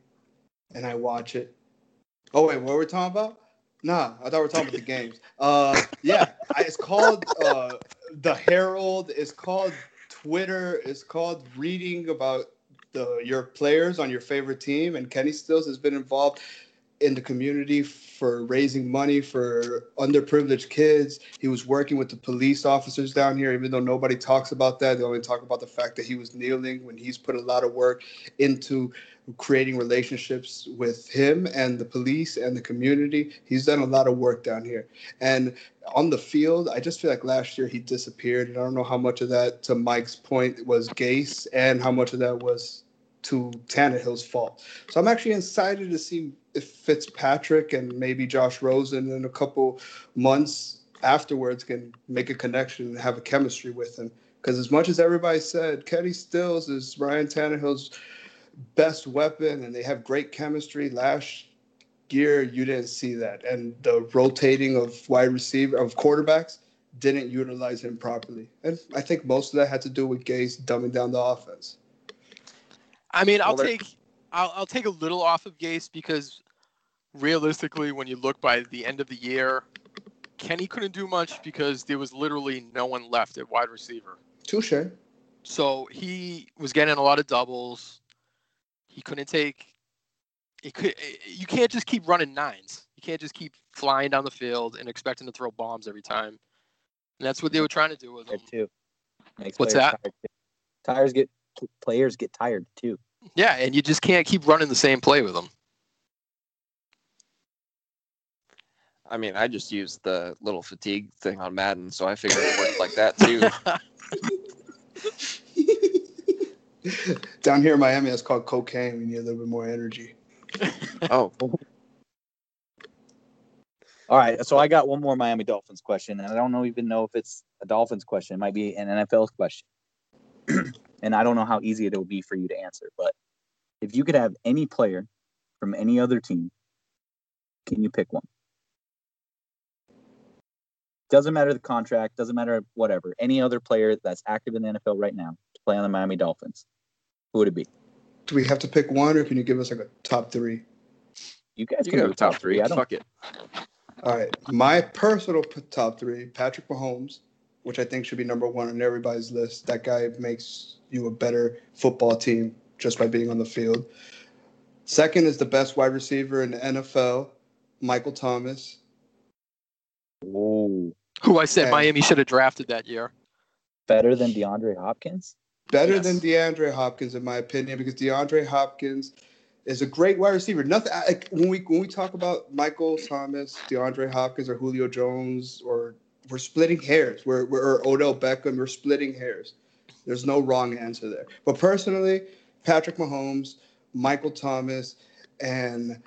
Speaker 4: and I watch it. Oh, wait, what were we talking about? Nah, I thought we were talking about the games. Uh, yeah, I- it's called uh, The Herald. It's called Twitter. It's called reading about the, your players on your favorite team. And Kenny Stills has been involved in the community for raising money for underprivileged kids. He was working with the police officers down here, even though nobody talks about that. They only talk about the fact that he was kneeling when he's put a lot of work into creating relationships with him and the police and the community. He's done a lot of work down here. And on the field, I just feel like last year he disappeared. And I don't know how much of that, to Mike's point, was Gase and how much of that was to Tannehill's fault. So I'm actually excited to see if Fitzpatrick and maybe Josh Rosen in a couple months afterwards can make a connection and have a chemistry with him. Because as much as everybody said, Kenny Stills is Ryan Tannehill's best weapon, and they have great chemistry. Last year, you didn't see that, and the rotating of wide receiver of quarterbacks didn't utilize him properly. And I think most of that had to do with Gase dumbing down the offense.
Speaker 3: I mean, I'll
Speaker 1: Well, they're-
Speaker 3: take I'll, I'll take a little off of Gase because realistically, when you look by the end of the year, Kenny couldn't do much because there was literally no one left at wide receiver.
Speaker 4: Touche.
Speaker 3: So he was getting a lot of doubles. He couldn't take. He could. You can't just keep running nines. You can't just keep flying down the field and expecting to throw bombs every time. And that's what they were trying to do with him.
Speaker 2: Tired too. Makes
Speaker 3: What's
Speaker 2: players
Speaker 3: that?
Speaker 2: Tired too. Tires get players get tired too.
Speaker 3: Yeah, and you just can't keep running the same play with him.
Speaker 1: I mean, I just used the little fatigue thing on Madden, so I figured it worked like that too.
Speaker 4: Down here in Miami, it's called cocaine. We need a little bit more energy.
Speaker 1: Oh,
Speaker 2: All right, so I got one more Miami Dolphins question, and I don't know even know if it's a Dolphins question. It might be an NFL question, and I don't know how easy it will be for you to answer. But if you could have any player from any other team, can you pick one? Doesn't matter the contract, doesn't matter whatever. Any other player that's active in the NFL right now to play on the Miami Dolphins, who would it be?
Speaker 4: Do we have to pick one, or can you give us like a top three?
Speaker 2: You guys
Speaker 1: you can
Speaker 2: can do
Speaker 1: have top three.
Speaker 2: I don't.
Speaker 1: Fuck it.
Speaker 4: All right, my personal p- top three: Patrick Mahomes, which I think should be number one on everybody's list. That guy makes you a better football team just by being on the field. Second is the best wide receiver in the NFL, Michael Thomas.
Speaker 2: Ooh,
Speaker 3: Who I said
Speaker 4: And-
Speaker 3: Miami should have drafted that year.
Speaker 2: better than DeAndre Hopkins?
Speaker 4: better
Speaker 3: Yes.
Speaker 4: than DeAndre Hopkins in my opinion because DeAndre Hopkins is a great wide receiver. Nothing I- like when we when we talk about Michael Thomas, DeAndre Hopkins, or Julio Jones, or we're splitting hairs. We're, we're or Odell Beckham. We're splitting hairs. There's no wrong answer there. But personally, Patrick Mahomes, Michael Thomas, and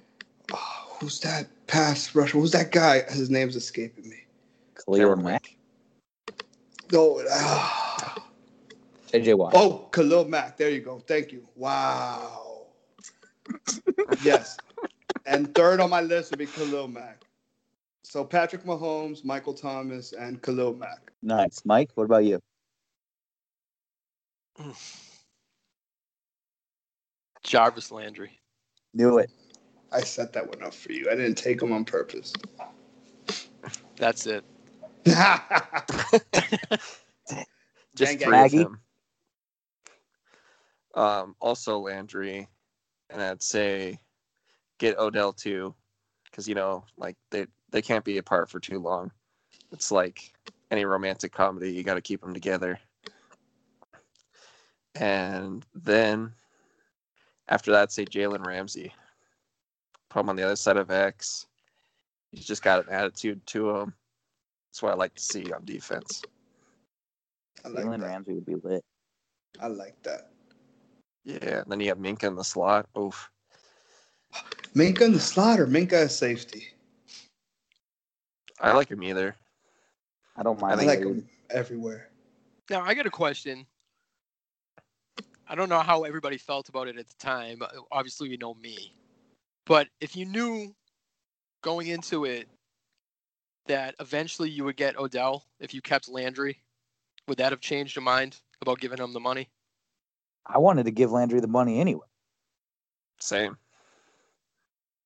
Speaker 4: uh, who's that pass rusher? Who's that guy? His name's escaping me.
Speaker 2: Khalil Mack?
Speaker 4: No. ah.
Speaker 2: J.J. Watt?
Speaker 4: Oh, Khalil Mack. There you go. Thank you. Wow. yes. And third on my list would be Khalil Mack. So Patrick Mahomes, Michael Thomas, and Khalil Mack.
Speaker 2: Nice, Mike. What about you?
Speaker 3: Jarvis Landry.
Speaker 2: Do it.
Speaker 4: I set that one up for you. I didn't take him on purpose.
Speaker 3: That's it.
Speaker 1: Just
Speaker 4: Thank
Speaker 1: three of
Speaker 2: Maggie.
Speaker 1: them. Um, also Landry, and I'd say get Odell too, because you know, like they they can't be apart for too long. It's like any romantic comedy; you got to keep them together. And then after that, say Jalen Ramsey. Put him on the other side of X. He's just got an attitude to him. That's what I like to see on defense.
Speaker 4: I like
Speaker 2: Jalen
Speaker 4: that.
Speaker 2: Ramsey would be lit.
Speaker 4: I like that.
Speaker 1: Yeah, and then you have Minka in the slot. Oof.
Speaker 4: Minka in the slot or Minka as safety?
Speaker 1: I like him either.
Speaker 2: I don't
Speaker 4: I,
Speaker 2: mind.
Speaker 4: like
Speaker 2: either.
Speaker 4: him everywhere.
Speaker 3: Now I got a question. I don't know how everybody felt about it at the time. Obviously, you know me, but if you knew going into it that eventually you would get Odell if you kept Landry, would that have changed your mind about giving him the money?
Speaker 2: I wanted to give Landry the money anyway.
Speaker 1: Same.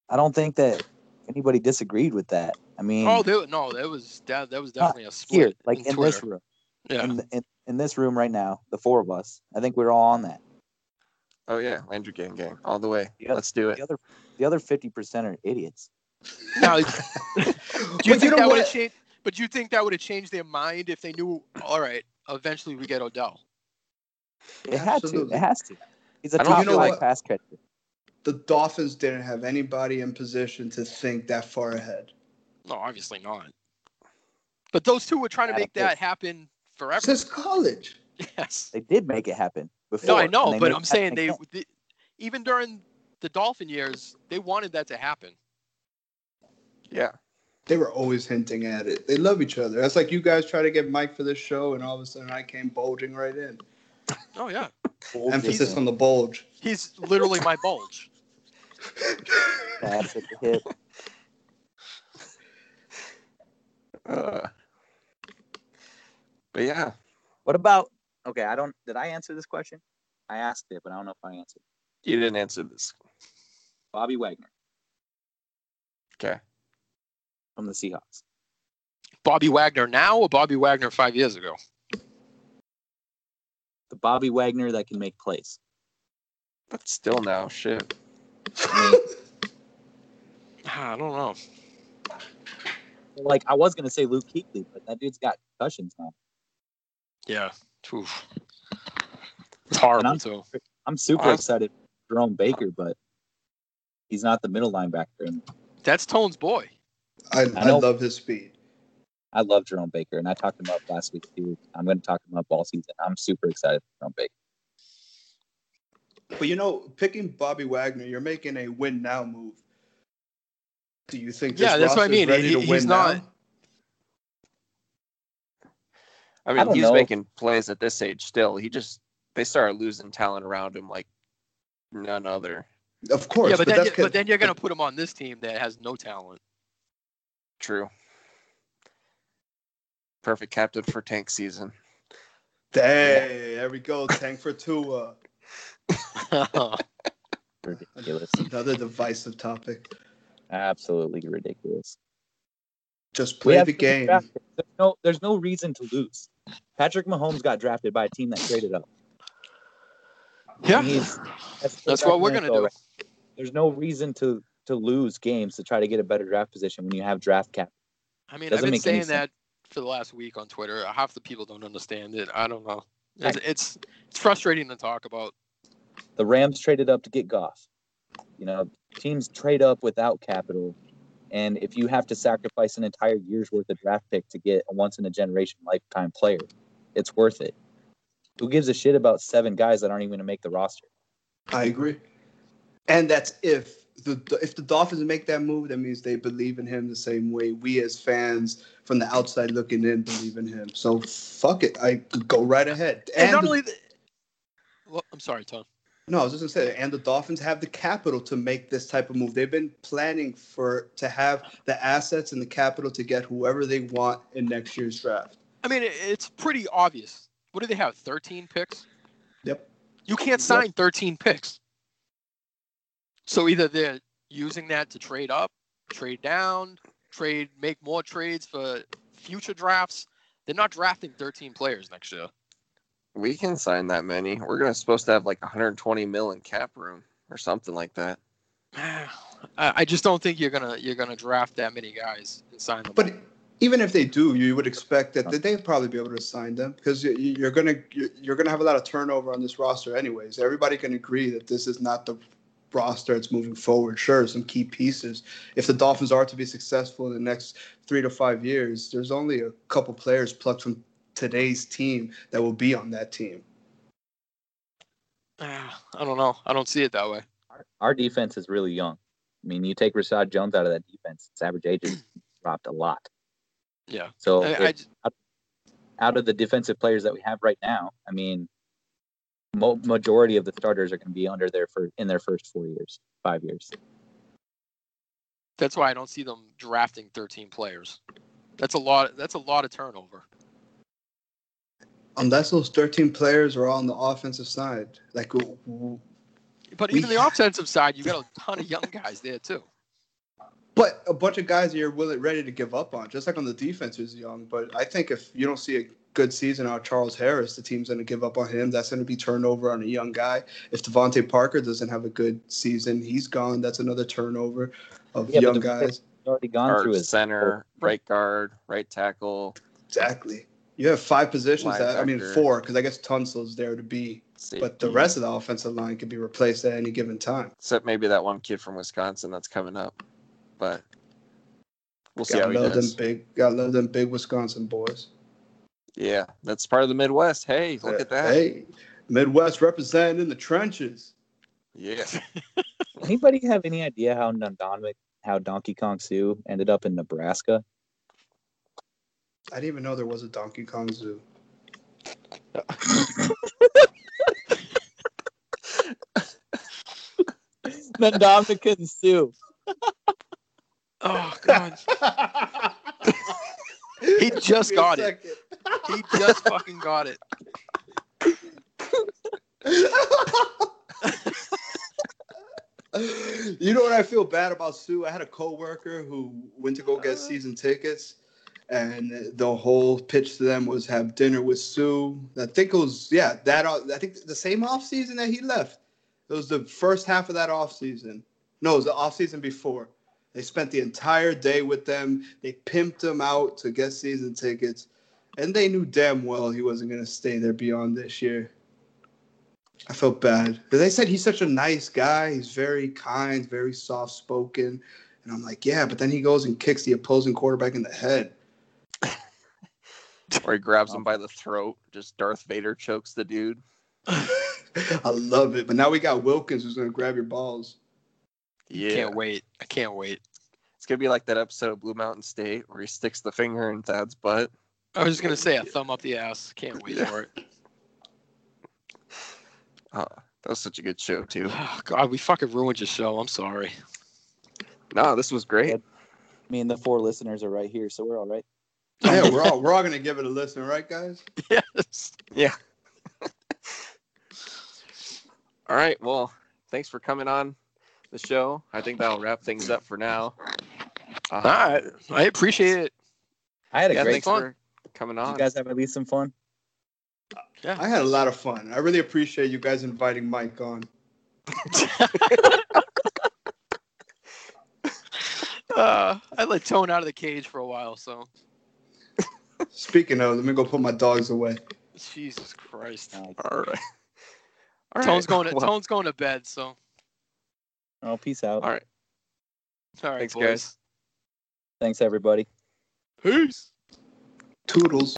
Speaker 2: I don't think that anybody disagreed with that. I mean,
Speaker 3: Oh, there, no, that was that, that was definitely a split
Speaker 2: Mm. here, like in,
Speaker 3: Twitter.
Speaker 2: this room,
Speaker 3: Yeah.
Speaker 2: in, in, in this room right now, the four of us. I think we're all on that.
Speaker 1: Oh yeah, Landry gang gang all the way.
Speaker 2: Yeah.
Speaker 1: Let's do it.
Speaker 2: The other, the other fifty percent are idiots.
Speaker 3: Now, Do you
Speaker 4: but
Speaker 3: think
Speaker 4: you know
Speaker 3: that would have
Speaker 4: what?
Speaker 3: changed? But do you think that would have changed their mind if they knew? All right, eventually we get Odell.
Speaker 2: It had to.
Speaker 4: Absolutely.
Speaker 2: It has to. He's a
Speaker 1: I don't
Speaker 2: top
Speaker 4: feel
Speaker 2: five
Speaker 4: what-
Speaker 2: pass catcher.
Speaker 4: The Dolphins didn't have anybody in position to think that far ahead.
Speaker 3: No, obviously not. But those two were trying to
Speaker 2: Adam
Speaker 3: make that happen forever.
Speaker 4: Since college.
Speaker 3: Yes.
Speaker 2: They did make it happen before.
Speaker 3: No, I
Speaker 2: and
Speaker 3: know,
Speaker 2: they
Speaker 3: but
Speaker 2: made
Speaker 3: I'm
Speaker 2: it
Speaker 3: saying
Speaker 2: happen
Speaker 3: they,
Speaker 2: again.
Speaker 3: they, even during the Dolphin years, they wanted that to happen.
Speaker 1: Yeah.
Speaker 4: They were always hinting at it. They love each other. That's like you guys try to get Mike for this show, and all of a sudden I came bulging right in.
Speaker 3: Oh yeah,
Speaker 4: Emphasis on the bulge.
Speaker 3: he's literally my bulge.
Speaker 2: pass at the hip.
Speaker 1: Uh, but yeah,
Speaker 2: What about? Okay, I don't. Did I answer this question? I asked it, but I don't know if I answered.
Speaker 1: you didn't answer this.
Speaker 2: Bobby Wagner
Speaker 1: Okay.
Speaker 2: from the Seahawks.
Speaker 3: Bobby Wagner now or Bobby Wagner five years ago?
Speaker 2: The Bobby Wagner that can make plays.
Speaker 1: But still now, shit.
Speaker 3: Ah, I don't know.
Speaker 2: Like I was gonna say Luke Kuechly, but that dude's got concussions now.
Speaker 3: Yeah. Oof. It's horrible
Speaker 2: I'm-
Speaker 3: too.
Speaker 2: I'm super
Speaker 1: Awesome.
Speaker 2: excited for Jerome Baker, but he's not the middle linebacker. And
Speaker 3: That's Tone's boy.
Speaker 4: I,
Speaker 2: I
Speaker 4: I
Speaker 2: know.
Speaker 4: love his speed.
Speaker 2: I love Jerome Baker, and I talked him up last week too. I'm going to talk him up all season. I'm super excited for Jerome Baker.
Speaker 4: But you know, picking Bobby Wagner, you're making a win now move. Do you think? This
Speaker 3: Yeah, that's what I
Speaker 4: roster's
Speaker 3: mean.
Speaker 4: Ready
Speaker 3: He-
Speaker 4: to
Speaker 3: he's
Speaker 4: win
Speaker 3: not-
Speaker 4: now?
Speaker 1: I
Speaker 2: I
Speaker 1: mean,
Speaker 2: don't
Speaker 1: he's
Speaker 2: know.
Speaker 1: making plays at this age still. He just they started losing talent around him like none other.
Speaker 4: Of course,
Speaker 3: yeah, but, then,
Speaker 4: that's
Speaker 3: you,
Speaker 4: good.
Speaker 3: but then you're gonna put him on this team that has no talent.
Speaker 1: True. Perfect captain for tank season.
Speaker 4: Hey, there we go. Tank for Tua.
Speaker 2: Ridiculous,
Speaker 4: Another divisive topic.
Speaker 2: absolutely ridiculous.
Speaker 4: Just
Speaker 2: We
Speaker 4: play
Speaker 2: have
Speaker 4: the
Speaker 2: to
Speaker 4: game.
Speaker 2: draft him. There's no, there's no reason to lose. Patrick Mahomes got drafted by a team that traded up.
Speaker 3: yeah,
Speaker 2: He's- That's,
Speaker 3: that's what we're gonna
Speaker 2: NFL,
Speaker 3: do.
Speaker 2: right? There's no reason to to lose games to try to get a better draft position when you have draft cap.
Speaker 3: I mean,
Speaker 2: Doesn't
Speaker 3: I've been
Speaker 2: make any
Speaker 3: saying that for the last week on Twitter. Uh, Half the people don't understand it. I don't know. It's it's, it's frustrating to talk about.
Speaker 2: The Rams traded up to get Goff. You know, teams trade up without capital, and if you have to sacrifice an entire year's worth of draft pick to get a once in a generation lifetime player, it's worth it. Who gives a shit about seven guys that aren't even going to make the roster?
Speaker 4: I agree. And that's if the if the Dolphins make that move, that means they believe in him the same way we as fans from the outside looking in believe in him. So fuck it, I go right ahead.
Speaker 3: And, not
Speaker 4: the-
Speaker 3: only. The, well, I'm sorry, Tom.
Speaker 4: No, I was just gonna say, and the Dolphins have the capital to make this type of move. They've been planning for to have the assets and the capital to get whoever they want in next year's draft.
Speaker 3: I mean, it, it's pretty obvious. What do they have? 13 picks.
Speaker 4: Yep.
Speaker 3: You can't sign 13 picks. So either they're using that to trade up, trade down, trade, make more trades for future drafts. They're not drafting 13 players next year.
Speaker 1: We can sign that many. We're gonna supposed to have like 120 mil in cap room or something like that.
Speaker 3: I I just don't think you're gonna you're gonna draft that many guys and sign them.
Speaker 4: But even if they do, you would expect that that they'd probably be able to sign them because you- you- you're gonna you- you're gonna have a lot of turnover on this roster anyways. Everybody can agree that this is not the roster that's moving forward. Sure, some key pieces. If the Dolphins are to be successful in the next three to five years, there's only a couple players plucked from today's team that will be on that team.
Speaker 3: Ah, I don't know. I don't see it that way.
Speaker 2: Our, our defense is really young. I mean, you take Rashad Jones out of that defense, its average age has dropped a lot.
Speaker 3: Yeah.
Speaker 2: So
Speaker 3: I-
Speaker 2: if-
Speaker 3: I j-
Speaker 2: out of the defensive players that we have right now, I mean, mo- majority of the starters are going to be under their for in their first four years, five years.
Speaker 3: that's why I don't see them drafting 13 players. That's a lot. That's a lot of turnover.
Speaker 4: Unless those 13 players are all on the offensive side, like w- w-
Speaker 3: But
Speaker 4: We-
Speaker 3: even the offensive side, you got a ton of young guys there too.
Speaker 4: But a bunch of guys you're willing, ready to give up on, just like on the defense is young. But I think if you don't see a good season out of Charles Harris, the team's going to give up on him. That's going to be turnover on a young guy. If Devontae Parker doesn't have a good season, he's gone. That's another turnover of
Speaker 2: Yeah, but
Speaker 4: young
Speaker 2: the-
Speaker 4: guys.
Speaker 2: He's already gone
Speaker 1: Guard,
Speaker 2: through his
Speaker 1: center, right guard, right tackle,
Speaker 4: Exactly. You have five positions. That, I mean,
Speaker 1: Linebacker.
Speaker 4: four, because I guess Tunsil's there to be.
Speaker 1: safety.
Speaker 4: But the rest of the offensive line could be replaced at any given time.
Speaker 1: except maybe that one kid from Wisconsin that's coming up. But we'll see
Speaker 4: Gotta
Speaker 1: how he
Speaker 4: love them
Speaker 1: does.
Speaker 4: big. Gotta love them big Wisconsin boys.
Speaker 1: Yeah, that's part of the Midwest. Hey, look at that.
Speaker 4: Uh, Hey, Midwest representing in the trenches.
Speaker 1: Yeah.
Speaker 2: Anybody have any idea how Nandonic, how Donkey Kong Sue ended up in Nebraska?
Speaker 4: I didn't even know there was a Donkey Kong Zoo.
Speaker 2: Nandonic and Sue.
Speaker 3: Oh god, he just got it. He just fucking got it.
Speaker 4: you know what I feel bad about Sue? I had a coworker who went to go get season tickets, and the whole pitch to them was have dinner with Sue. I think it was yeah that off- I think the same off season that he left. It was the first half of that off season. No, it was the off season before. They spent the entire day with them. They pimped him out to get season tickets, and they knew damn well he wasn't going to stay there beyond this year. I felt bad. But they said he's such a nice guy. He's very kind, very soft spoken. And I'm like, yeah, but then he goes and kicks the opposing quarterback in the head.
Speaker 1: or he grabs
Speaker 4: Um,
Speaker 1: him by the throat. Just Darth Vader chokes the dude.
Speaker 4: I love it. But now we got Wilkins who's going to grab your balls.
Speaker 1: Yeah.
Speaker 3: Can't wait. I can't wait.
Speaker 1: It's going to be like that episode of Blue Mountain State where he sticks the finger in Thad's butt.
Speaker 3: I was just gonna say a thumb up the ass. Can't wait for it.
Speaker 1: That was such a good show, too.
Speaker 3: Oh, god, we fucking ruined your show. I'm sorry.
Speaker 1: No, this was great.
Speaker 2: Me and the four listeners are right here, so we're all right.
Speaker 4: Yeah, we're all we're all going to give it a listen, right, guys?
Speaker 3: Yes.
Speaker 1: All right. Well, thanks for coming on the show. I think that'll wrap things up for now. Uh,
Speaker 3: All right. I appreciate it.
Speaker 2: I had a
Speaker 1: Yeah,
Speaker 2: great.
Speaker 1: thanks
Speaker 3: fun.
Speaker 1: for coming
Speaker 2: Did
Speaker 1: on.
Speaker 2: you guys have at least some fun?
Speaker 3: Yeah.
Speaker 4: I had a lot of fun. I really appreciate you guys inviting Mike on.
Speaker 3: Uh, I let Tone out of the cage for a while, so
Speaker 4: Speaking of, let me go put my dogs away.
Speaker 3: Jesus Christ.
Speaker 2: Uh,
Speaker 1: All right. All right.
Speaker 3: Tone's going to
Speaker 1: Well,
Speaker 3: Tone's going to bed, so
Speaker 2: oh, peace out.
Speaker 1: All right.
Speaker 3: all right,
Speaker 1: Thanks,
Speaker 3: boys.
Speaker 2: Thanks everybody.
Speaker 3: Peace.
Speaker 4: Toodles.